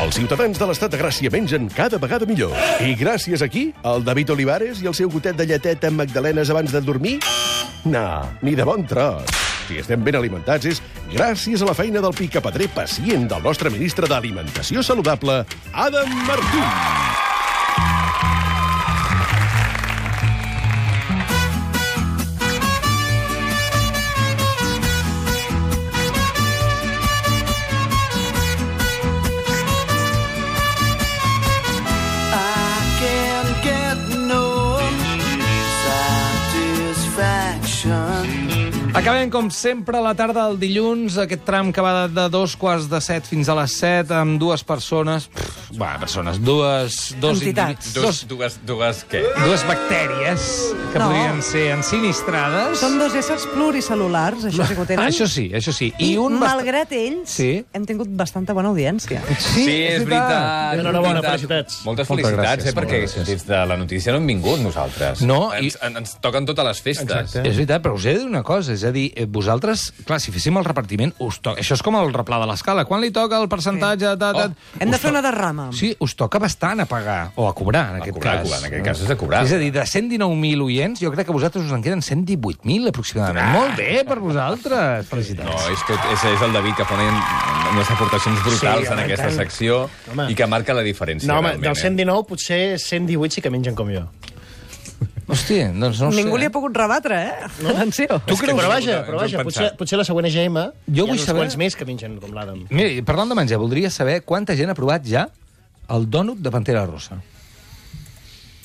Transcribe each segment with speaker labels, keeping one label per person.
Speaker 1: Els ciutadans de l'estat de Gràcia mengen cada vegada millor. I gràcies a qui? El David Olivares i el seu gotet de lletet amb magdalenes abans de dormir? No, ni de bon tros. Si estem ben alimentats és gràcies a la feina del picapedrer pacient del nostre ministre d'Alimentació Saludable, Adam Martí.
Speaker 2: I can get no satisfaction.
Speaker 3: Acabem, com sempre, la tarda del dilluns, aquest tram que va de dos quarts de set fins a les set, amb dues persones... Pff, va, persones, dues... Dos
Speaker 4: Entitats.
Speaker 3: indivi- Dos,
Speaker 5: Dos, dues, dues què?
Speaker 3: dues bactèries que
Speaker 4: No.
Speaker 3: podrien ser ensinistrades. Ah,
Speaker 4: Són dos éssers pluricel·lulars, això sí que ho tenen.
Speaker 3: Això sí, això sí.
Speaker 4: I, un
Speaker 3: bast-
Speaker 4: malgrat ells,
Speaker 3: Sí.
Speaker 4: hem tingut bastanta bona audiència.
Speaker 3: Sí,
Speaker 5: és veritat.
Speaker 6: Enhorabona,
Speaker 5: veritat.
Speaker 6: felicitats.
Speaker 3: Moltes
Speaker 5: Moltes felicitats,
Speaker 3: gràcies,
Speaker 5: eh, perquè
Speaker 3: moltes gràcies.
Speaker 5: des de la notícia no hem vingut nosaltres.
Speaker 3: No, i-
Speaker 5: ens, en- ens toquen totes les festes.
Speaker 3: És veritat, però us he de dir una cosa, és a dir, eh, vosaltres, clar, si féssim el repartiment, us to... això és com el replà de l'escala, quan li toca el percentatge... Ta, ta,
Speaker 5: Oh,
Speaker 4: Hem de
Speaker 3: us
Speaker 4: fer
Speaker 3: to-
Speaker 4: una derrama.
Speaker 3: Sí, us toca bastant a pagar, o a cobrar, en aquest
Speaker 5: cobrar,
Speaker 3: cas.
Speaker 5: a cobrar, en aquest cas és a cobrar.
Speaker 3: És a dir, de 119.000 oients, jo crec que a vosaltres us en queden 118.000, aproximadament. Molt bé per vosaltres,
Speaker 5: No,
Speaker 3: felicitats.
Speaker 5: és, tot, és, és el David que fa una- unes aportacions brutals
Speaker 6: home,
Speaker 5: en aquesta
Speaker 6: tant.
Speaker 5: secció
Speaker 6: Home.
Speaker 5: i que marca la diferència.
Speaker 6: No, home,
Speaker 5: realment, eh?
Speaker 6: del 119 potser 118 sí que mengen com jo.
Speaker 3: Hosti, doncs no ho
Speaker 4: Ningú
Speaker 3: sé.
Speaker 4: li ha pogut rebatre, eh? No? Atenció.
Speaker 3: Tu creus...
Speaker 6: Però vaja,
Speaker 5: ens ho
Speaker 6: però
Speaker 5: hem
Speaker 6: vaja, potser,
Speaker 5: pensat.
Speaker 6: potser la següent EGM
Speaker 3: Jo
Speaker 6: hi ha
Speaker 3: vull
Speaker 6: uns
Speaker 3: saber-
Speaker 6: quants més que mengen com l'Adam.
Speaker 3: Mira, i parlant de menjar, voldria saber quanta gent ha provat ja el dònut de Pantera Rossa.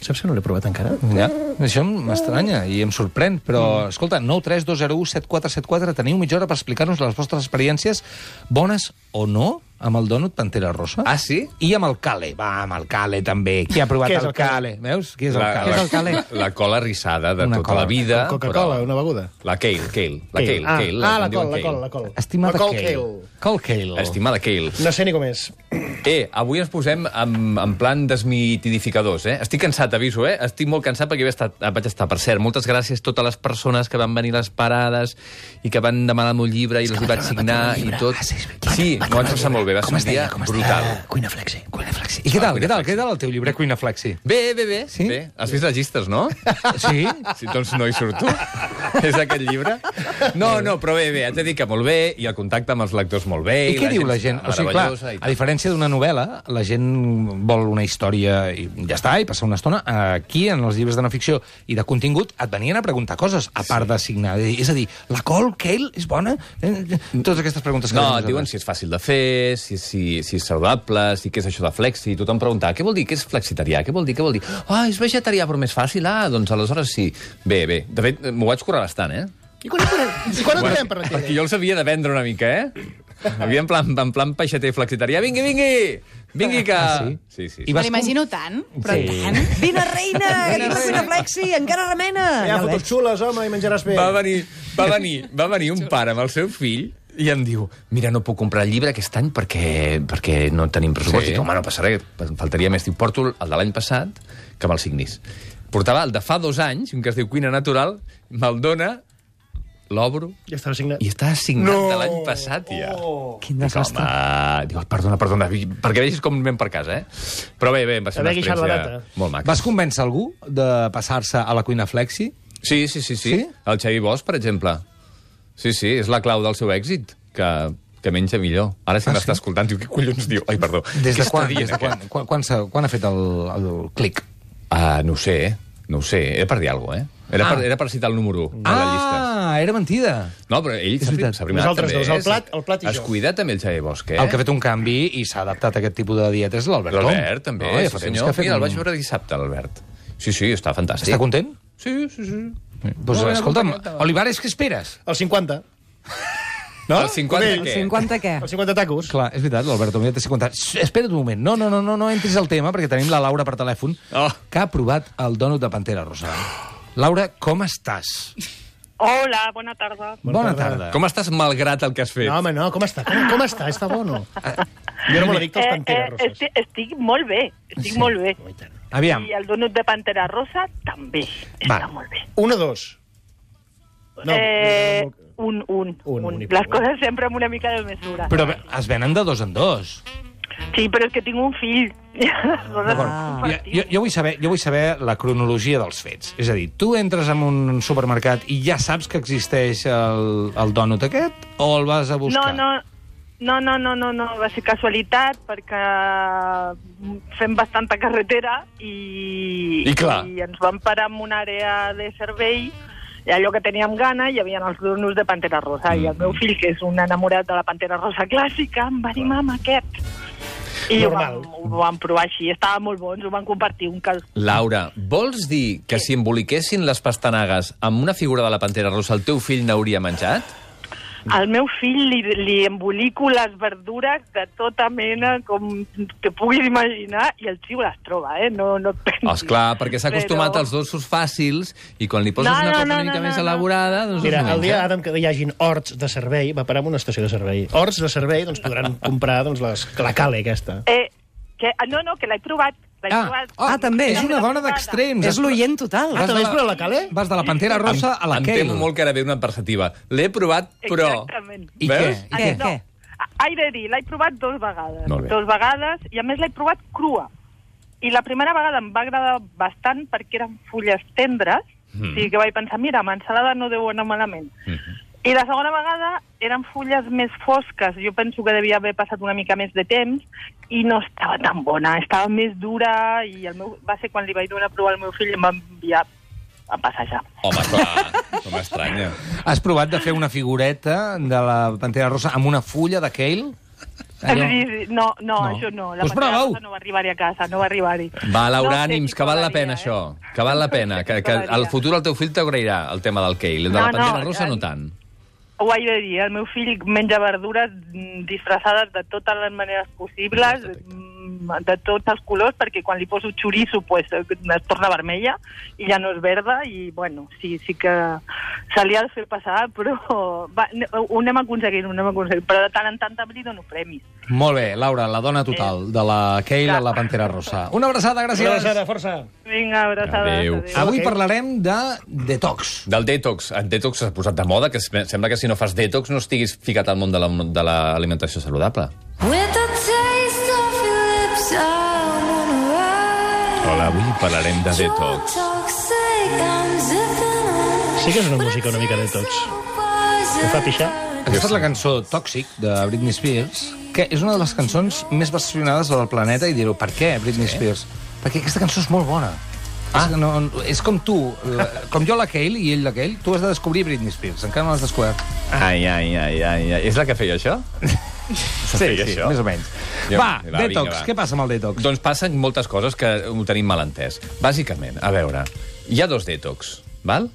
Speaker 6: Saps que no l'he provat encara? Mm.
Speaker 3: Ja, això m'estranya i em sorprèn, però, escolta, 9 3 2 0 1 7 4 7 4, teniu mitja hora per explicar-nos les vostres experiències, bones o no, amb el dònut Pantera Rossa.
Speaker 5: Ah, sí?
Speaker 3: I amb el Cale. Va, amb el Cale, també. Qui ha provat
Speaker 6: Què és
Speaker 3: el,
Speaker 6: el
Speaker 3: Cale?
Speaker 6: Cale?
Speaker 3: Veus? Qui és el
Speaker 5: La,
Speaker 3: Cale?
Speaker 5: la,
Speaker 3: Què és el Cale?
Speaker 5: la, la cola rissada de
Speaker 3: Una
Speaker 5: tota
Speaker 3: cola.
Speaker 5: la vida.
Speaker 6: Coca-Cola,
Speaker 5: però-
Speaker 6: una beguda.
Speaker 5: La Kale, Kale. La Kale,
Speaker 6: Ah,
Speaker 5: Kale.
Speaker 6: ah, la
Speaker 5: en diuen
Speaker 6: col, la col, la col.
Speaker 3: Estimada
Speaker 6: la col
Speaker 3: Cale. Col Cale.
Speaker 5: Estimada Kale.
Speaker 6: No sé ni com és.
Speaker 5: Eh, avui ens posem en, en plan desmitidificadors, eh? Estic cansat, aviso, eh? Estic molt cansat perquè vaig estar, vaig estar. Per cert, moltes gràcies a totes les persones que van venir a les parades i que van demanar el meu llibre i els hi vaig signar i tot.
Speaker 3: Ah,
Speaker 5: Sí, m'ho vaig passar molt bé, va ser un dia brutal.
Speaker 3: Cuina Flexi. Cuina Flexi. I què tal, què
Speaker 5: Cuina
Speaker 3: tal,
Speaker 5: Flexi.
Speaker 3: què tal el teu llibre Cuina Flexi?
Speaker 5: Bé, bé, bé.
Speaker 3: Sí? Ah,
Speaker 5: bé. Has vist les llistes, no?
Speaker 3: Sí?
Speaker 5: Si doncs no hi surt tu. És aquest llibre? No, no, però bé, bé, haig de dir que molt bé, i el contacte amb els lectors molt bé.
Speaker 3: I, què diu la
Speaker 5: és
Speaker 3: gent? O sigui, clar,
Speaker 5: meravellosa i
Speaker 3: a diferència d'una novel·la, la gent vol una història i ja està, i passar una estona. Aquí, en els llibres de no ficció i de contingut, et venien a preguntar coses, a part de signar. És a dir, la Col Kale és bona? Eh, Totes aquestes preguntes que
Speaker 5: No,
Speaker 3: fem
Speaker 5: et diuen
Speaker 3: nosaltres.
Speaker 5: si és fàcil de fer, si, si, si és saludable, si què és això de flexi. I tothom pregunta, "Ah, què vol dir? Què és flexitarià? Què vol dir? Què vol dir? Ah, és vegetarià, però més fàcil. Ah, doncs aleshores sí. Bé, bé. De fet, m'ho vaig currar bastant, eh? Ah,
Speaker 6: I quan entrem, quan entrem per la tele?
Speaker 5: Perquè jo els havia de vendre una mica, eh? Havia en plan, en plan peixater flexitarià. Vingui, vingui! Vingui que... Sí, sí.
Speaker 3: I
Speaker 5: sí.
Speaker 3: vas
Speaker 7: Me l'imagino tant, però sí. tant.
Speaker 4: Vine, reina, que aquí la cuina flexi, encara remena.
Speaker 6: Hi
Speaker 4: Ja
Speaker 6: ha
Speaker 4: ho
Speaker 6: fotos
Speaker 4: veig.
Speaker 6: xules, home, i menjaràs bé.
Speaker 5: Va venir, va venir, va venir un pare amb el seu fill i em diu, mira, no puc comprar el llibre aquest any perquè, perquè no tenim pressupost.
Speaker 3: Sí.
Speaker 5: Sí. Dic, home, no passa res, faltaria més. Diu, porto el de l'any passat, que me'l signis. Portava el de fa dos anys, un que es diu Cuina Natural, me'l dona, l'obro,
Speaker 6: Ja estava signat.
Speaker 5: i està signat no. Oh. de l'any passat, ja.
Speaker 4: Quin
Speaker 5: Dic,
Speaker 4: desastre.
Speaker 5: home, diu, perdona, perdona, vi- perquè vegis com anem per casa, eh? Però bé, bé, va ser una
Speaker 6: Haver guixat la
Speaker 5: experiència
Speaker 6: data.
Speaker 5: molt maca.
Speaker 3: Vas convèncer algú de passar-se a la cuina flexi?
Speaker 5: Sí, sí, sí, sí.
Speaker 3: Sí?
Speaker 5: sí? El Xavi Bosch, per exemple. Sí, sí, és la clau del seu èxit, que, que menja millor. Ara si ah, m'està sí? escoltant, diu, què collons diu? Ai, perdó.
Speaker 3: Des de
Speaker 5: Què està
Speaker 3: quan,
Speaker 5: dient,
Speaker 3: des de quan,
Speaker 5: aquest?
Speaker 3: quan, quan, s'ha- quan ha fet el, el clic?
Speaker 5: Ah, no ho sé, eh? no ho sé. Era per dir alguna cosa, eh? Era,
Speaker 3: Ah.
Speaker 5: ah. per, era per citar el número 1 de la llista.
Speaker 3: Ah, era mentida.
Speaker 5: No, però ell s'ha
Speaker 3: veritat.
Speaker 5: primat també.
Speaker 6: Nosaltres dos, el
Speaker 5: eh?
Speaker 6: plat- el plat i
Speaker 5: Es
Speaker 6: jo.
Speaker 5: cuida també el Xavi Bosch, eh?
Speaker 3: El que ha fet un canvi i s'ha adaptat a aquest tipus de dieta és l'Albert Tom.
Speaker 5: L'Albert, també.
Speaker 3: No, ja
Speaker 5: sí,
Speaker 3: fa temps
Speaker 5: senyor.
Speaker 3: que ha fet...
Speaker 5: Mira, el
Speaker 3: un-
Speaker 5: vaig veure dissabte, l'Albert. Sí, sí, està fantàstic.
Speaker 3: Està content?
Speaker 5: Sí, sí, sí.
Speaker 3: Doncs
Speaker 5: Molt ben
Speaker 3: escolta'm,
Speaker 5: acompanyat.
Speaker 3: Olivares, què esperes?
Speaker 6: El 50. No?
Speaker 5: El 50
Speaker 6: Com ell.
Speaker 5: què?
Speaker 4: El 50 què?
Speaker 6: El 50 tacos.
Speaker 3: Clar, és veritat, l'Alberto Mira té 50 anys. Xx, Espera't un moment. No, no, no, no, no entris al tema, perquè tenim la Laura per telèfon,
Speaker 5: Oh.
Speaker 3: que ha provat el dònut de Pantera Rosa. Laura, com estàs?
Speaker 8: Hola, bona tarda.
Speaker 3: Bona, tarda.
Speaker 6: tarda.
Speaker 5: Com estàs malgrat el que has fet?
Speaker 6: No, home, no, com està? Com, com està? Està bo o no? Jo era molt
Speaker 8: Eh,
Speaker 6: addicte als panteres roses.
Speaker 8: estic, estic molt bé, estic
Speaker 3: Sí.
Speaker 8: sí. molt bé.
Speaker 6: Oh, i tant.
Speaker 3: Aviam,
Speaker 8: I el donut de pantera rosa també està
Speaker 3: Va.
Speaker 8: molt bé.
Speaker 6: Un o dos? No,
Speaker 8: eh,
Speaker 6: no, no,
Speaker 8: un, un,
Speaker 6: Un,
Speaker 8: un,
Speaker 6: un i
Speaker 8: Les
Speaker 6: prou, eh?
Speaker 8: coses sempre amb una mica de mesura.
Speaker 3: però es venen de dos en dos.
Speaker 8: Sí, però és que tinc un fill.
Speaker 6: Ah,
Speaker 3: D'acord.
Speaker 4: Ah.
Speaker 3: Jo, jo, jo, vull saber, jo vull saber la cronologia dels fets. És a dir, tu entres en un supermercat i ja saps que existeix el, el dònut aquest o el vas a
Speaker 8: No,
Speaker 3: buscar?
Speaker 8: no, no, no, no, no, no, va ser casualitat perquè fem bastanta carretera i,
Speaker 5: I clar.
Speaker 8: i ens vam parar en una àrea de servei i allò que teníem gana hi havia els donos de Pantera Rosa mm. i el meu fill, que és un enamorat de la Pantera Rosa clàssica, em va dir, mama, aquest. I ho vam,
Speaker 6: Normal.
Speaker 8: ho vam provar així, estava molt bons, ho vam compartir un cas.
Speaker 5: Laura, vols dir que si emboliquessin les pastanagues amb una figura de la Pantera Rosa, el teu fill n'hauria menjat?
Speaker 8: Al meu fill li, li embolico les verdures de tota mena, com que puguis imaginar, i el tio les troba, eh? No, no et pensis.
Speaker 5: Esclar, perquè s'ha acostumat als dolços fàcils i quan li poses
Speaker 8: No,
Speaker 5: una
Speaker 8: no,
Speaker 5: cosa
Speaker 8: no,
Speaker 5: una mica
Speaker 8: no,
Speaker 5: més
Speaker 8: no, no.
Speaker 5: elaborada... Doncs
Speaker 6: Mira,
Speaker 5: es menja.
Speaker 6: el dia d'Adam que hi hagin horts de servei, va parar en una estació de servei. Horts de servei, doncs podran comprar doncs, les, la cale aquesta.
Speaker 8: Eh, que, ah, no, no, que l'he provat. L'he
Speaker 3: Ah,
Speaker 8: provat.
Speaker 3: oh,
Speaker 4: Ah, també.
Speaker 3: És una dona d'extrems.
Speaker 4: És l'oient total.
Speaker 6: Ah, també és per a la cale?
Speaker 3: Vas de la Pantera Rosa a la
Speaker 5: em
Speaker 3: Kell.
Speaker 5: temo molt que ara ve una perceptiva. L'he provat, però...
Speaker 8: Exactament.
Speaker 3: I
Speaker 5: Veus?
Speaker 3: què? I
Speaker 4: Què?
Speaker 3: què?
Speaker 4: Què?
Speaker 8: Ai de dir, l'he provat dues vegades.
Speaker 5: Molt bé.
Speaker 8: Dues vegades, i a més l'he provat crua. I la primera vegada em va agradar bastant perquè eren fulles tendres, mm. o sigui que vaig pensar, mira, amb ensalada no deu anar malament. Mm -hmm. I la segona vegada eren fulles més fosques, jo penso que devia haver passat una mica més de temps, i no estava tan bona, estava més dura, i el meu... va ser quan li vaig donar a provar al meu fill i em va enviar a passejar.
Speaker 5: Home, clar, com estranya.
Speaker 3: Has provat de fer una figureta de la Pantera Rosa amb una fulla de Kale?
Speaker 8: Allò... No, no, no, això no. La
Speaker 3: Doncs
Speaker 8: Pantera
Speaker 3: prova-ho.
Speaker 8: Rosa no va arribar-hi a casa, no va arribar-hi.
Speaker 5: Va, Laura,
Speaker 8: sé
Speaker 5: ànims,
Speaker 8: si
Speaker 5: que val la
Speaker 8: cobraria,
Speaker 5: pena,
Speaker 8: eh?
Speaker 5: això. Que val la pena. Que, que
Speaker 8: cobraria.
Speaker 5: al futur el teu fill t'agrairà el tema del Kale. De la
Speaker 8: No, no,
Speaker 5: Pantera Rosa no
Speaker 8: eh,
Speaker 5: tant.
Speaker 8: Ho haig de dir, el meu fill menja verdures mm, disfressades de totes les maneres possibles, mm, de tots els colors, perquè quan li poso xoriço pues, eh, es torna vermella i ja no és verda, i bueno, sí, sí que se li ha de fer passar, però va, n- ho anem aconseguint, ho anem aconseguint, però de tant en tant també li dono premis.
Speaker 3: Molt bé, Laura, la dona total de la Kale a la Pantera Rosa. Una abraçada, gràcies.
Speaker 6: Una abraçada, força.
Speaker 8: Vinga, abraçades.
Speaker 5: Adéu.
Speaker 3: Avui
Speaker 6: Ok.
Speaker 3: parlarem de detox.
Speaker 5: Del detox. El detox s'ha posat de moda, que es- sembla que si no fas detox no estiguis ficat al món de la- de l'alimentació la, saludable.
Speaker 9: With the taste of your lips, I wanna ride.
Speaker 5: Hola, avui parlarem de detox.
Speaker 9: You're toxic, I'm zipping on.
Speaker 6: Sí que és una música una mica de tots. Em fa pixar.
Speaker 3: Aquesta és la cançó Tòxic, de Britney Spears, que és una de les cançons més versionades del planeta, i direu, per què, Britney Spears? Perquè aquesta cançó és molt bona. Ah. És, que no, és com tu, la, com jo la Kale i ell la Kale, tu has de descobrir Britney Spears, encara no l'has descobert.
Speaker 5: Ai, ai, ai, ai, ai. És la que feia això?
Speaker 3: Sí,
Speaker 5: això?
Speaker 3: més o menys.
Speaker 5: Ja,
Speaker 3: va,
Speaker 5: va,
Speaker 3: detox,
Speaker 5: vinga, va.
Speaker 3: què passa amb el detox?
Speaker 5: Doncs passen moltes coses que ho tenim mal entès. Bàsicament, a veure, hi ha dos detox, val?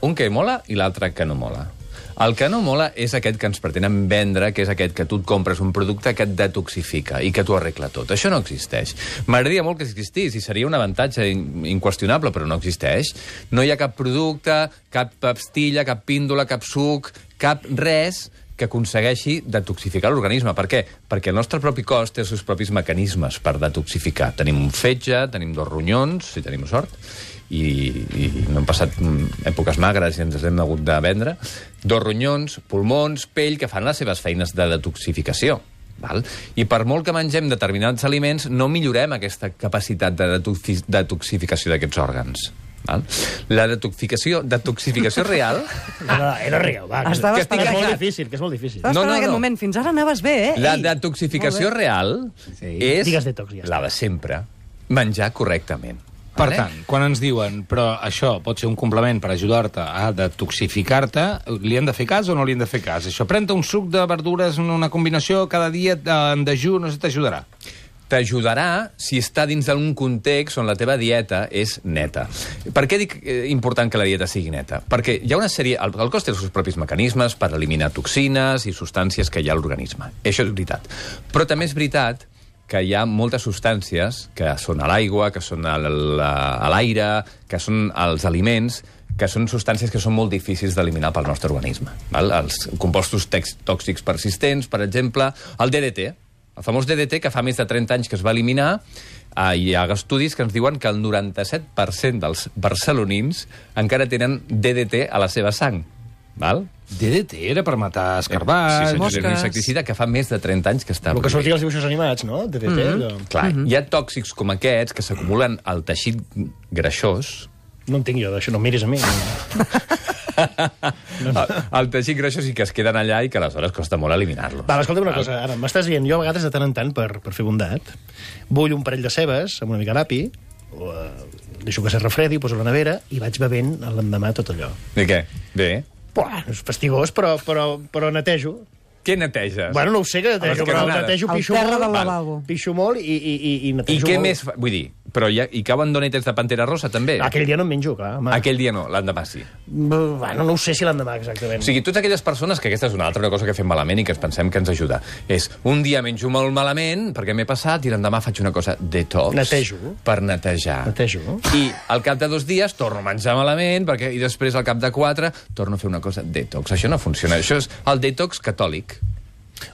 Speaker 5: Un que mola i l'altre que no mola. El que no mola és aquest que ens pretenen vendre, que és aquest que tu et compres un producte que et detoxifica i que t'ho arregla tot. Això no existeix. M'agradaria molt que existís i seria un avantatge in- inqüestionable, però no existeix. No hi ha cap producte, cap pastilla, cap píndola, cap suc, cap res que aconsegueixi detoxificar l'organisme. Per què? Perquè el nostre propi cos té els seus propis mecanismes per detoxificar. Tenim un fetge, tenim dos ronyons, si tenim sort, i, i no hem passat mm, èpoques magres i ens hem hagut de vendre. Dos ronyons, pulmons, pell, que fan les seves feines de detoxificació. Val? I per molt que mengem determinats aliments, no millorem aquesta capacitat de detoxi- detoxificació d'aquests òrgans. Val? La detoxificació, detoxificació real...
Speaker 6: Era, era riu, va.
Speaker 4: Estava
Speaker 6: que, que és molt
Speaker 4: esperant-
Speaker 6: difícil, que és molt difícil.
Speaker 4: Estava
Speaker 5: No,
Speaker 4: esperant
Speaker 5: no,
Speaker 4: aquest
Speaker 5: no.
Speaker 4: moment. Fins ara anaves bé, eh?
Speaker 5: La
Speaker 4: Ei,
Speaker 5: detoxificació
Speaker 4: molt bé.
Speaker 5: real
Speaker 3: Sí.
Speaker 5: és
Speaker 6: Digues detox, ja està.
Speaker 5: la de sempre. Menjar correctament.
Speaker 3: Per
Speaker 5: Doncs, Vale?
Speaker 3: tant, quan ens diuen però això pot ser un complement per ajudar-te a detoxificar-te, li han de fer cas o no li han de fer cas? Això, pren-te un suc de verdures en una combinació cada dia eh, en dejú, no sé, t'ajudarà.
Speaker 5: t'ajudarà si està dins d'un context on la teva dieta és neta. Per què dic eh, important que la dieta sigui neta? Perquè hi ha una sèrie... El, el cos té els seus propis mecanismes per eliminar toxines i substàncies que hi ha a l'organisme. Això és veritat. Però també és veritat que hi ha moltes substàncies que són a l'aigua, que són a l- a l'aire, que són als aliments, que són substàncies que són molt difícils d'eliminar pel nostre organisme. Val? Els compostos tex- tòxics persistents, per exemple, el DDT, el famós DDT, que fa més de 30 anys que es va eliminar, eh, hi ha estudis que ens diuen que el 97% dels barcelonins encara tenen DDT a la seva sang. Val?
Speaker 3: DDT era per matar escarbat...
Speaker 5: Eh, sí, Eh, senyor, era un
Speaker 4: mosques.
Speaker 5: insecticida que fa més de 30 anys que està...
Speaker 6: El que
Speaker 5: prohibit.
Speaker 6: sortia als dibuixos animats, no? De DT, allò.
Speaker 5: Clar, hi ha tòxics com aquests que s'acumulen al teixit greixós,
Speaker 6: No en tinc jo, d'això no em miris a mi.
Speaker 5: al Ah, al teixit greixós i que es queden allà i que aleshores costa molt eliminar-los.
Speaker 6: Va, escolta'm una cosa, ara, m'estàs dient, jo a vegades de tant en tant, per, per fer bondat, bull un parell de cebes amb una mica d'api, o, eh, deixo que se refredi, ho poso a la nevera, i vaig bevent l'endemà tot allò.
Speaker 5: I què? Bé.
Speaker 6: Buah, és fastigós, però, però, però netejo.
Speaker 5: Què neteges?
Speaker 6: Bueno, no ho sé, que
Speaker 5: Abans
Speaker 6: netejo,
Speaker 5: que
Speaker 6: però
Speaker 5: no nada.
Speaker 6: netejo,
Speaker 4: Al
Speaker 6: pixo
Speaker 4: terra
Speaker 6: molt,
Speaker 4: del
Speaker 6: val.
Speaker 4: lavabo.
Speaker 6: pixo molt i, i, i, i
Speaker 5: I
Speaker 6: netejo
Speaker 5: què
Speaker 6: molt.
Speaker 5: més... fa- Vull dir, però ja, hi cauen donetes de Pantera Rosa, també?
Speaker 6: Aquell dia no em menjo, clar, home.
Speaker 5: Aquell dia no, l'endemà sí.
Speaker 6: Bueno, no ho sé si l'endemà exactament.
Speaker 5: O sigui, totes aquelles persones, que aquesta és una altra una cosa que fem malament i que ens pensem que ens ajuda, és un dia menjo molt malament perquè m'he passat i l'endemà faig una cosa detox.
Speaker 6: Netejo.
Speaker 5: Per netejar.
Speaker 6: Netejo.
Speaker 5: I al cap de dos dies torno a menjar malament perquè, i després al cap de quatre torno a fer una cosa detox. Això no funciona. Això és el detox catòlic.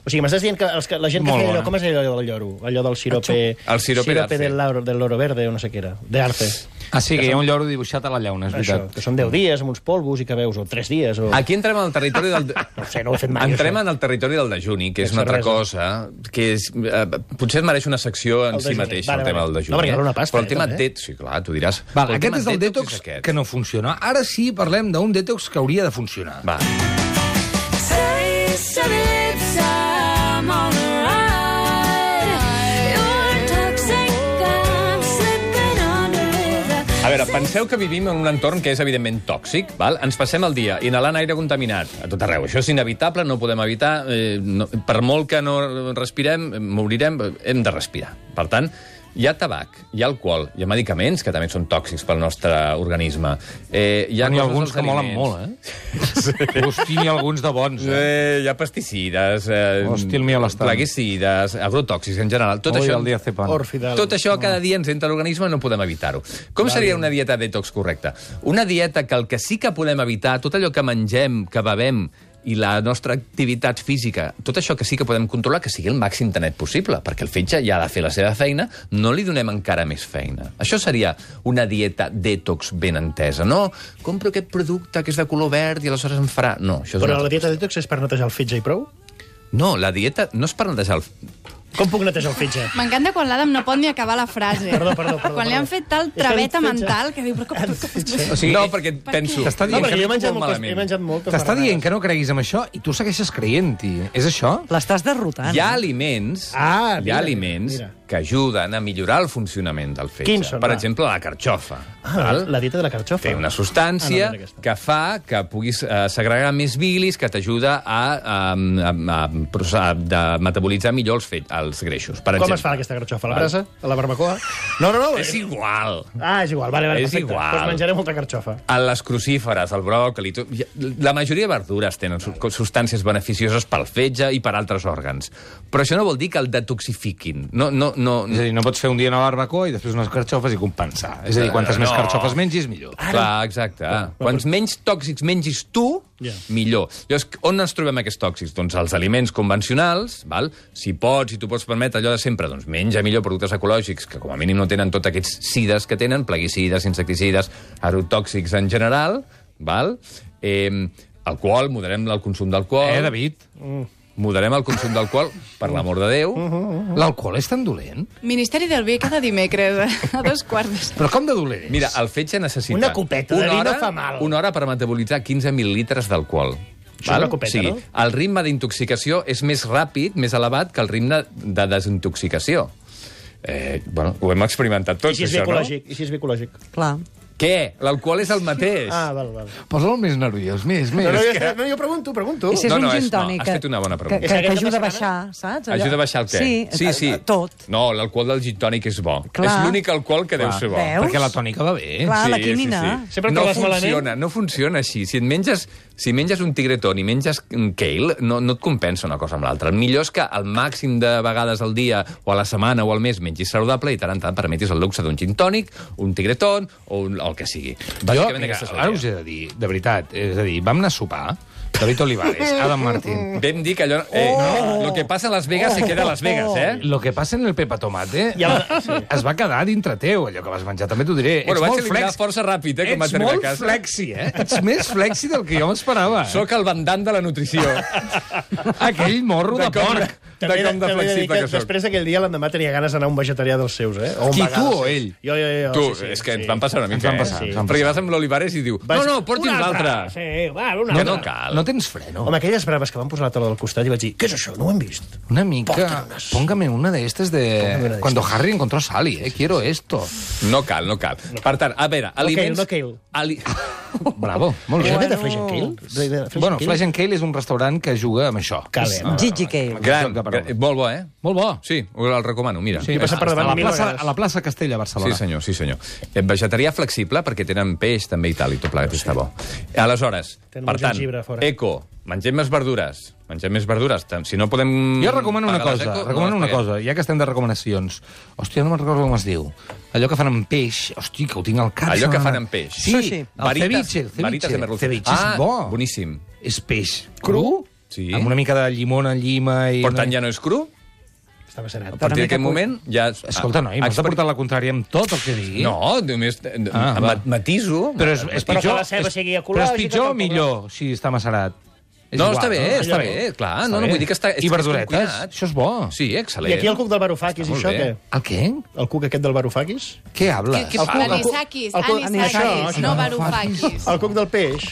Speaker 6: O sigui, m'estàs dient que, els, que la gent que
Speaker 5: Molt
Speaker 6: feia allò,
Speaker 5: bona.
Speaker 6: com es deia allò del lloro? Allò del sirope...
Speaker 5: El sirope d'arce.
Speaker 6: del, lauro, del loro verde, o no sé què era. De arce.
Speaker 3: Ah, sí, que hi ha un lloro dibuixat a la llauna, és
Speaker 6: Això,
Speaker 3: veritat.
Speaker 6: que són 10 dies amb uns polvos i que veus, o 3 dies, o...
Speaker 5: Aquí entrem al territori del...
Speaker 6: No ho sé, no ho he fet mai,
Speaker 5: Entrem
Speaker 6: això.
Speaker 5: en el territori del dejuni, que és
Speaker 6: Fes
Speaker 5: una altra cosa,
Speaker 6: cervesa.
Speaker 5: que és, eh, potser es mereix una secció en
Speaker 6: El
Speaker 5: si
Speaker 6: dejuni.
Speaker 5: mateixa,
Speaker 6: Vale,
Speaker 5: el tema
Speaker 6: vale.
Speaker 5: del dejuni.
Speaker 6: No, perquè
Speaker 5: eh?
Speaker 6: era una pasta,
Speaker 5: Però el
Speaker 6: eh,
Speaker 5: tema
Speaker 6: també.
Speaker 5: det, sí, clar, tu diràs...
Speaker 3: Val,
Speaker 5: el
Speaker 3: aquest
Speaker 5: tema
Speaker 3: és el
Speaker 5: és
Speaker 3: detox
Speaker 5: aquest.
Speaker 3: que no funciona. Ara sí parlem d'un detox que hauria de funcionar.
Speaker 5: Va.
Speaker 9: Taste of lips, I'm on a ride. Your toxic, I'm slipping under the
Speaker 5: A veure, penseu que vivim en un entorn que és evidentment tòxic, val? ens passem el dia inhalant aire contaminat a tot arreu. Això és inevitable, no ho podem evitar. Eh, no, per molt que no respirem, eh, morirem, hem de respirar. Per tant, hi ha tabac, hi ha alcohol, hi ha medicaments que també són tòxics pel nostre organisme. Eh, hi ha,
Speaker 3: N'hi ha
Speaker 5: coses
Speaker 3: alguns
Speaker 5: dels
Speaker 3: que molen
Speaker 5: aliments.
Speaker 3: molt, eh? Hosti, n'hi ha alguns de bons, eh?
Speaker 5: Eh, hi ha pesticides, eh,
Speaker 3: Hosti, el meu l'estat.
Speaker 5: plaguicides, agrotòxics en general. Tot
Speaker 3: Oi,
Speaker 5: això,
Speaker 3: el diazepam.
Speaker 6: Orfidel.
Speaker 5: tot això cada dia ens entra a l'organisme i no podem evitar-ho. Com seria una dieta detox correcta? Una dieta que el que sí que podem evitar, tot allò que mengem, que bevem, i la nostra activitat física, tot això que sí que podem controlar, que sigui el màxim de net possible, perquè el fetge ja ha de fer la seva feina, no li donem encara més feina. Això seria una dieta detox ben entesa, no? Compro aquest producte que és de color verd i aleshores em farà... No, això és
Speaker 6: Però
Speaker 5: una
Speaker 6: la dieta detox és per netejar el fetge i prou?
Speaker 5: no, la dieta no és per netejar el...
Speaker 6: Com puc netejar el fetge?
Speaker 7: M'encanta quan l'Adam no pot ni acabar la frase.
Speaker 6: Perdó, perdó, perdó,
Speaker 7: Quan li han
Speaker 6: perdó.
Speaker 7: fet tal
Speaker 6: És que ha dit
Speaker 7: traveta
Speaker 6: fetge.
Speaker 7: mental que diu... Però com, com, com, com,
Speaker 5: O sigui, no, perquè
Speaker 7: per
Speaker 5: penso...
Speaker 7: què?
Speaker 3: T'està
Speaker 6: No,
Speaker 3: dient,
Speaker 6: perquè jo he menjat,
Speaker 5: Molt
Speaker 6: moltes,
Speaker 5: malament.
Speaker 6: he menjat moltes
Speaker 3: t'està
Speaker 6: marranades.
Speaker 3: dient que no creguis en això i tu segueixes creient-hi. És això?
Speaker 4: L'estàs derrotant.
Speaker 5: Hi ha aliments,
Speaker 6: Ah,
Speaker 5: hi ha
Speaker 6: mira,
Speaker 5: aliments
Speaker 6: mira.
Speaker 5: que ajuden a millorar el funcionament del fetge.
Speaker 6: Quins són,
Speaker 5: per
Speaker 6: va?
Speaker 5: exemple, la carxofa.
Speaker 6: Ah,
Speaker 5: val?
Speaker 6: la dieta de la carxofa.
Speaker 5: Té una substància
Speaker 6: Ah, no, no era aquesta.
Speaker 5: que fa que puguis eh, segregar més bilis, que t'ajuda a, a, a, a, processar- de metabolitzar millor els, fet, els greixos. Per
Speaker 6: Com
Speaker 5: exemple.
Speaker 6: es fa aquesta carxofa? A la
Speaker 5: Val.
Speaker 6: brasa? A la barbacoa? No, no, eh, no.
Speaker 5: És igual.
Speaker 6: Ah, és igual, vale, vale,
Speaker 5: És
Speaker 6: perfecte.
Speaker 5: igual.
Speaker 6: Doncs menjaré molta carxofa.
Speaker 5: a les crucíferes, el bròcoli... tot- hi ha- La majoria de verdures tenen su- substàncies beneficioses pel fetge i per altres òrgans. Però això no vol dir que el detoxifiquin. No, no, no,
Speaker 3: És a dir, no pots fer un dia una barbacoa i després unes carxofes i compensar. És a dir, quantes més
Speaker 5: Eh, No.
Speaker 3: carxofes mengis, millor.
Speaker 5: Clar, exacte. Ah, Quants menys tòxics mengis tu,
Speaker 6: Ja.
Speaker 5: millor. Llavors, on ens trobem aquests tòxics? Doncs als aliments convencionals, val? si pots, si tu pots permetre allò de sempre, doncs menja millor productes ecològics, que com a mínim no tenen tots aquests sides que tenen, plaguicides, insecticides, arotòxics en general, val? Eh, alcohol, moderem el consum d'alcohol.
Speaker 3: Eh, David?
Speaker 5: Moderem el consum d'alcohol, per l'amor de Déu.
Speaker 3: L'alcohol és tan dolent?
Speaker 7: Ministeri del Bé cada dimecres, eh, a dos quarts.
Speaker 3: Però com de dolent és?
Speaker 5: Mira, el fetge necessita...
Speaker 6: Una copeta de vi
Speaker 5: hora,
Speaker 6: no fa mal.
Speaker 5: Una hora per metabolitzar 15 mil·lilitres d'alcohol.
Speaker 6: Això és una copeta,
Speaker 5: o sigui,
Speaker 6: no?
Speaker 5: el ritme d'intoxicació és més ràpid, més elevat, que el ritme de desintoxicació. Eh, bueno, ho hem experimentat
Speaker 6: I
Speaker 5: tots,
Speaker 6: si és
Speaker 5: això, no?
Speaker 6: bicològic? I si és bicològic?
Speaker 4: Clar.
Speaker 5: Què? L'alcohol és el mateix.
Speaker 6: Ah, val, val.
Speaker 3: Posa'l més nerviós, més, més.
Speaker 6: No, no, jo, no, jo pregunto, pregunto.
Speaker 4: I si és
Speaker 5: No,
Speaker 4: un
Speaker 5: no, és-
Speaker 4: gin
Speaker 5: no,
Speaker 4: tònic
Speaker 5: has
Speaker 4: que-
Speaker 5: fet una bona pregunta.
Speaker 4: Que,
Speaker 6: És
Speaker 4: que,
Speaker 6: aquell
Speaker 4: que
Speaker 6: que
Speaker 4: ajuda a
Speaker 6: passa
Speaker 4: baixar, saps? Allò-
Speaker 5: Ajuda a baixar el què?
Speaker 4: Sí, eh,
Speaker 5: sí. sí. Ah,
Speaker 4: tot.
Speaker 5: No, l'alcohol del gin tònic és bo.
Speaker 4: Clar.
Speaker 5: És l'únic alcohol que deu
Speaker 3: Clar,
Speaker 5: ser bo.
Speaker 4: veus?
Speaker 3: Perquè la tònica va bé.
Speaker 4: Clar. Ah, la quinina.
Speaker 6: Sempre
Speaker 5: no
Speaker 6: trobes malament.
Speaker 5: funciona, no funciona així. Si et menges, si menges un tigretón i menges un kale, no, no et compensa una cosa amb l'altra. El millor és que al màxim de vegades al dia o a la setmana o al mes mengis saludable i de tant en tant permetis el luxe d'un gin tònic, un tigretón o un, el que sigui.
Speaker 3: Jo,
Speaker 5: Bàsicament
Speaker 3: mira,
Speaker 5: aquesta és la
Speaker 3: ara
Speaker 5: idea.
Speaker 3: us he de dir, de veritat, és a dir, vam anar a sopar David Olivares, Adam Martín.
Speaker 5: Vam dir que allò... Eh, oh! Lo que passa a Las Vegas se queda a Las Vegas, eh?
Speaker 3: Lo que passa en el Pepa Tomate
Speaker 6: Ja la-
Speaker 3: sí. es va quedar dintre teu, allò que vas menjar, també t'ho diré.
Speaker 5: Bueno,
Speaker 3: Ets
Speaker 5: vaig
Speaker 3: molt
Speaker 5: eliminar
Speaker 3: flex.
Speaker 5: força ràpid, eh, quan vaig
Speaker 3: Ets
Speaker 5: arribar a
Speaker 3: molt
Speaker 5: casa.
Speaker 3: flexi, eh? Ets més flexi del que jo m'esperava. eh?
Speaker 5: Sóc el bandant de la nutrició.
Speaker 3: Aquell morro de,
Speaker 5: De com-
Speaker 3: porc.
Speaker 5: De com de
Speaker 6: també he dir
Speaker 5: flexible que sóc.
Speaker 6: després d'aquell dia l'endemà tenia ganes d'anar a un vegetarià dels seus, eh? O un
Speaker 3: Qui,
Speaker 6: vegà
Speaker 3: tu
Speaker 6: dels
Speaker 3: o
Speaker 6: seus.
Speaker 3: ell?
Speaker 6: Jo, jo, jo.
Speaker 5: Tu,
Speaker 6: sí, sí,
Speaker 5: és que ens
Speaker 6: sí.
Speaker 5: van passar una
Speaker 3: Ens
Speaker 5: mica,
Speaker 3: van passar,
Speaker 5: eh?
Speaker 3: ens van
Speaker 5: Perquè vas amb l'Olivares i diu, no, no, porti'ns l'altre.
Speaker 6: Sí, va, una
Speaker 5: Que
Speaker 6: altra.
Speaker 5: no cal.
Speaker 3: No tens freno.
Speaker 6: Home, aquelles braves que van posar a la taula del costat i vaig dir, què és això? No ho hem vist.
Speaker 3: Una mica... Póngame una de estas de...
Speaker 6: una de
Speaker 3: Cuando Harry encontró a Sally, eh? Quiero esto.
Speaker 5: No cal, no cal. Per tant, a veure, aliments...
Speaker 6: no cal.
Speaker 5: Ali...
Speaker 3: Bravo, molt
Speaker 6: Bueno.
Speaker 3: bé.
Speaker 6: de Flash and Kill? De- de Flash
Speaker 3: Bueno,
Speaker 6: and Kill?
Speaker 3: Flash and Kale és un restaurant que juga amb això. Ah.
Speaker 6: Cale, no?
Speaker 4: Gigi Cale.
Speaker 5: Gran,
Speaker 3: Joc de
Speaker 5: gran,
Speaker 3: paraules.
Speaker 5: molt bo, eh?
Speaker 3: Molt bo.
Speaker 5: Sí, us el recomano, mira.
Speaker 3: Sí,
Speaker 6: passa per
Speaker 3: està
Speaker 6: davant
Speaker 3: a la,
Speaker 6: mil
Speaker 3: plaça,
Speaker 6: vegades.
Speaker 3: a la plaça Castella, a Barcelona.
Speaker 5: Sí, senyor, sí, senyor. Eh, Vegetarià flexible, perquè tenen peix també i tal, i tot plegat està bo. Aleshores,
Speaker 6: Tenen
Speaker 5: per
Speaker 6: molt
Speaker 5: tant,
Speaker 6: gengibre a fora.
Speaker 5: eco, mengem més verdures. Mengem més verdures. Tant- Si no podem...
Speaker 3: Jo recomano una
Speaker 5: Mm, pagar les
Speaker 3: cosa,
Speaker 5: eco, no
Speaker 3: recomano
Speaker 5: les
Speaker 3: una
Speaker 5: paguem.
Speaker 3: cosa, ja que estem de recomanacions. Hòstia, no me'n recordo com es diu. Allò que fan amb peix, hòstia, que ho tinc al cap.
Speaker 5: Allò
Speaker 3: se
Speaker 5: que
Speaker 3: me
Speaker 5: fan
Speaker 3: n'ha-
Speaker 5: amb peix.
Speaker 3: Sí,
Speaker 4: Sushi.
Speaker 3: el ceviche. el
Speaker 5: Varitas de merluza.
Speaker 3: ceviche. ceviche
Speaker 5: ah,
Speaker 3: és bo.
Speaker 5: boníssim.
Speaker 3: És peix. Cru?
Speaker 5: Sí.
Speaker 3: Amb una mica de llimona, llima... I
Speaker 5: Per
Speaker 3: una-
Speaker 5: tant, ja no és cru?
Speaker 6: Estava
Speaker 5: A
Speaker 6: serat.
Speaker 5: partir
Speaker 3: mica
Speaker 5: d'aquest moment ja...
Speaker 3: Escolta, noi, m'has de
Speaker 5: Exper-
Speaker 3: portar la contrària amb tot el que digui.
Speaker 5: No, només eh,
Speaker 3: Ah, va.
Speaker 5: mat- matiso.
Speaker 3: Però és, és
Speaker 6: Però que
Speaker 3: pitjor,
Speaker 6: la ceba
Speaker 3: és,
Speaker 6: sigui
Speaker 3: però és
Speaker 6: ecològica,
Speaker 3: pitjor o
Speaker 6: tampoc.
Speaker 3: millor si està macerat? És
Speaker 5: No,
Speaker 3: igual,
Speaker 5: està bé,
Speaker 3: no?
Speaker 5: està bé, clar, Ah, no, no, vull dir que està- és que
Speaker 3: I
Speaker 5: és ben
Speaker 3: verduretes,
Speaker 5: cuinat.
Speaker 3: això és bo.
Speaker 5: Sí, excel·lent.
Speaker 6: I aquí el cuc del Varoufakis,
Speaker 5: Està
Speaker 6: això,
Speaker 5: molt
Speaker 6: què?
Speaker 5: bé.
Speaker 3: El què?
Speaker 6: El cuc aquest del Varoufakis?
Speaker 3: Què hables?
Speaker 7: Que, que, anisakis,
Speaker 6: el cu-
Speaker 7: anisakis,
Speaker 6: això,
Speaker 7: no
Speaker 6: això.
Speaker 7: varufakis.
Speaker 6: El cuc del peix?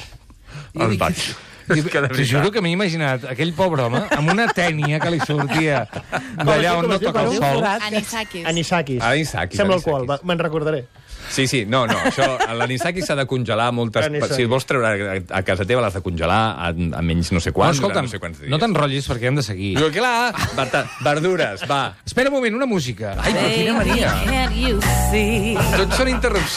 Speaker 5: El vaig. És que de
Speaker 3: T'ho juro que m'he imaginat aquell pobre home amb una tècnia que li sortia d'allà on no toca el sol.
Speaker 7: Anisakis.
Speaker 6: Anisakis.
Speaker 5: Anisakis,
Speaker 6: Sembla el
Speaker 5: anisakis.
Speaker 6: qual, va, me'n recordaré.
Speaker 5: Sí, sí, no, no, això, l'anisaki s'ha de congelar moltes...
Speaker 6: Anisaki.
Speaker 5: Si vols treure a, a casa teva, l'has de congelar a, a menys no sé
Speaker 3: Bueno,
Speaker 5: quan,
Speaker 3: escolta'm,
Speaker 5: no sé quants dies.
Speaker 3: no t'enrotllis perquè hem de seguir.
Speaker 5: Però clar, per tant, verdures, va.
Speaker 3: Espera un moment, una música.
Speaker 5: Ai, però quina mania.
Speaker 9: Can't you see?
Speaker 5: Tot són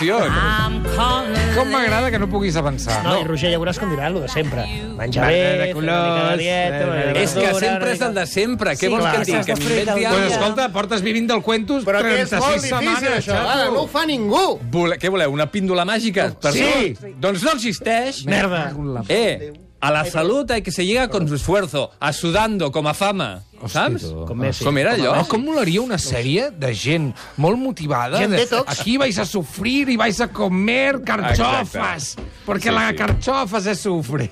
Speaker 5: interrupcions.
Speaker 9: I'm calling.
Speaker 3: Com m'agrada que no puguis avançar.
Speaker 6: No, i Roger, ja veuràs com dirà lo de sempre. Menjar
Speaker 3: Una
Speaker 6: bé,
Speaker 3: mica de
Speaker 6: fer una
Speaker 3: colors,
Speaker 6: mica de dieta...
Speaker 3: eh,
Speaker 6: una mica de
Speaker 5: És que
Speaker 6: verdura,
Speaker 5: sempre
Speaker 6: una
Speaker 5: és el de sempre. Què
Speaker 4: Sí,
Speaker 5: vols que
Speaker 4: clar,
Speaker 5: et digui?
Speaker 4: saps
Speaker 5: Que
Speaker 4: de fruit
Speaker 5: m'inventi
Speaker 4: del
Speaker 3: Pues
Speaker 5: alguna cosa?
Speaker 3: escolta, portes vivint del cuentos
Speaker 6: Però que és molt
Speaker 3: 36
Speaker 6: difícil,
Speaker 3: setmanes,
Speaker 6: això. Ara, no ho fa ningú.
Speaker 5: Vole, què voleu, una píndola màgica? Per
Speaker 3: Sí.
Speaker 5: favor? Doncs no existeix.
Speaker 6: Merda.
Speaker 5: Eh, a la salud hay que se llega con su esfuerzo, asudando, com a fama. Saps?
Speaker 6: Com Messi.
Speaker 5: Com era allò?
Speaker 3: No, com molaria una sèrie de gent molt motivada.
Speaker 6: Gent
Speaker 3: de,
Speaker 6: detox.
Speaker 3: Aquí vais a sufrir i vais a comer carxofes.
Speaker 5: Exacte.
Speaker 3: Perquè
Speaker 5: Sí,
Speaker 3: la
Speaker 5: sí.
Speaker 3: carxofes és sufre.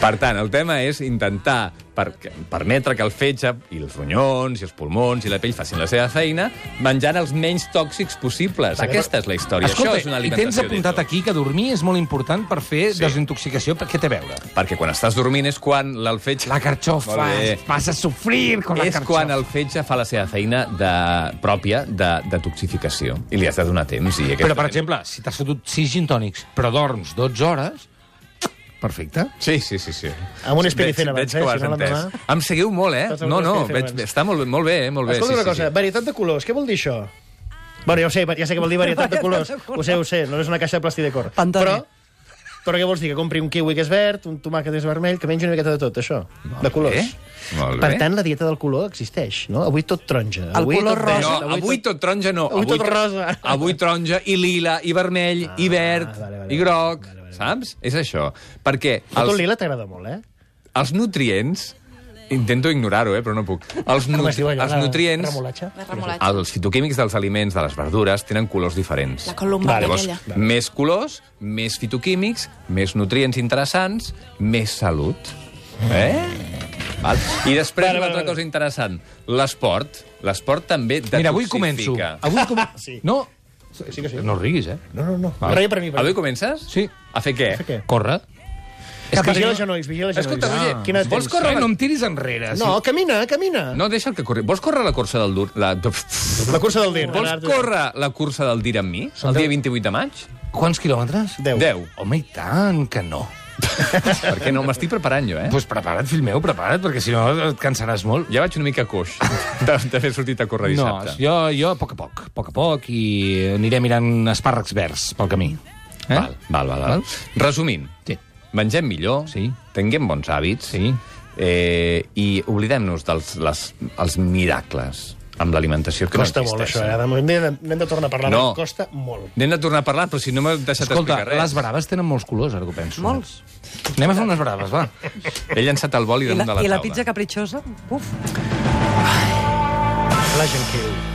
Speaker 5: Per tant, el tema és intentar per, permetre que el fetge i els ronyons i els pulmons i la pell facin la seva feina menjant els menys tòxics possibles. Aquesta és la història. Això és una
Speaker 3: i
Speaker 5: alimentació.
Speaker 3: tens apuntat
Speaker 5: d'eto.
Speaker 3: aquí que dormir és molt important per fer sí. desintoxicació. Per què té a veure?
Speaker 5: Perquè quan estàs dormint és quan el fetge...
Speaker 3: La carxofa,
Speaker 5: Molt bé.
Speaker 3: vas a sofrir con la
Speaker 5: és
Speaker 3: carxofa.
Speaker 5: quan el fetge fa la seva feina de, pròpia de detoxificació. I li has de donar temps. I aquest
Speaker 3: Però, per
Speaker 5: temps-
Speaker 3: exemple, si t'has fotut 6 gintònics, però dorms 12 hores, perfecte.
Speaker 5: Sí, sí, sí. sí.
Speaker 6: Amb un espiricena
Speaker 5: Veig-
Speaker 6: abans,
Speaker 5: veig
Speaker 6: eh,
Speaker 5: que ho
Speaker 6: si
Speaker 5: has
Speaker 6: no l'endemà.
Speaker 5: entès. Em seguiu molt,
Speaker 6: Estàs
Speaker 5: eh?
Speaker 6: amb
Speaker 5: No,
Speaker 6: un
Speaker 5: no,
Speaker 6: espiricena
Speaker 5: veig,
Speaker 6: abans.
Speaker 5: està molt, molt bé, eh? molt bé.
Speaker 6: Escolta
Speaker 5: sí,
Speaker 6: una
Speaker 5: sí,
Speaker 6: cosa, varietat de colors, què vol dir això? Bueno, ja ho sé, ja sé que vol dir varietat de colors. Ho sé, ho sé, no és una caixa de plàstic de cor.
Speaker 4: Pantone.
Speaker 6: Però, però què vols dir? Que compri un kiwi que és verd, un tomàquet és vermell, que mengi una miqueta de tot, això, de
Speaker 5: Bé,
Speaker 6: colors.
Speaker 5: Eh? molt
Speaker 6: Per
Speaker 5: bé.
Speaker 6: tant, la dieta del color existeix, no? Avui tot taronja.
Speaker 4: El
Speaker 6: avui
Speaker 4: color
Speaker 6: tot verd,
Speaker 5: No, avui tot taronja no.
Speaker 6: Avui tot
Speaker 5: tro-
Speaker 6: rosa. Ah,
Speaker 5: Avui taronja i lila, i vermell, i verd,
Speaker 6: vale, vale,
Speaker 5: i groc, saps? És això. Perquè
Speaker 6: Tot el
Speaker 5: els,
Speaker 6: lila t'agrada molt, eh?
Speaker 5: els nutrients... Intento ignorar-ho, eh, però no puc. Els,
Speaker 6: Com
Speaker 5: nut-
Speaker 6: es diu allò?
Speaker 5: els
Speaker 6: la
Speaker 5: nutrients...
Speaker 6: Remolatxa?
Speaker 7: La remolatxa.
Speaker 5: Els fitoquímics dels aliments, de les verdures, tenen colors diferents.
Speaker 7: La columba
Speaker 6: Vale,
Speaker 5: Llavors,
Speaker 7: aquella.
Speaker 5: més colors, més fitoquímics, més nutrients interessants, més salut. Eh? Val. I després,
Speaker 6: Vale,
Speaker 5: una
Speaker 6: vale,
Speaker 5: altra
Speaker 6: vale.
Speaker 5: cosa interessant, l'esport. L'esport també detoxifica.
Speaker 3: Mira, avui començo. Avui com...
Speaker 6: Sí.
Speaker 3: No, sí que sí. no riguis, eh?
Speaker 6: No, no, no. Reia per mi, per mi.
Speaker 5: Avui comences?
Speaker 3: Sí.
Speaker 5: A fer què?
Speaker 6: A fer què?
Speaker 3: Corre.
Speaker 6: És que
Speaker 3: que
Speaker 6: vigila
Speaker 3: no-
Speaker 6: els genolls, vigila els genolls.
Speaker 5: Escolta, Roger,
Speaker 6: Quina
Speaker 5: vols
Speaker 6: tens?
Speaker 5: córrer?
Speaker 3: Eh, no em tiris enrere.
Speaker 6: No, camina, camina.
Speaker 5: No, deixa el que corri. Vols córrere la cursa del dur... La...
Speaker 6: La cursa del dir.
Speaker 5: Vols córrer la cursa del dir amb mi? El dia 28 de maig?
Speaker 3: Si... Quants quilòmetres?
Speaker 6: Deu.
Speaker 5: Deu.
Speaker 3: Home, i tant que no.
Speaker 5: Perquè no m'estic preparant jo, eh?
Speaker 3: Doncs pues prepara't, fill meu, prepara't, perquè si no et cansaràs molt.
Speaker 5: Ja vaig una mica coix de- d'haver sortit a córrer
Speaker 3: No,
Speaker 5: dissabte.
Speaker 3: jo, jo a poc a poc, a poc a poc, i aniré mirant espàrrecs verds pel camí. Eh?
Speaker 5: Val, val, val, val. Resumint,
Speaker 3: Sí.
Speaker 5: mengem millor,
Speaker 3: Sí.
Speaker 5: tinguem bons hàbits
Speaker 3: Sí.
Speaker 5: eh, i oblidem-nos dels les, els miracles. amb l'alimentació que
Speaker 6: Costa
Speaker 5: no
Speaker 6: molt,
Speaker 5: existeix.
Speaker 6: això. eh? Ara n'hem de, n'hem de tornar a parlar.
Speaker 5: No.
Speaker 6: Costa molt.
Speaker 5: N'hem de tornar a parlar, però si no m'he deixat
Speaker 3: Escolta,
Speaker 5: explicar res.
Speaker 3: les braves tenen molts colors, ara que ho penso.
Speaker 4: Molts.
Speaker 3: Anem a fer unes braves, va.
Speaker 5: He llançat el boli
Speaker 4: I
Speaker 5: damunt
Speaker 4: la,
Speaker 5: de la taula.
Speaker 4: I la pizza capritxosa? Uf.
Speaker 6: La gent que...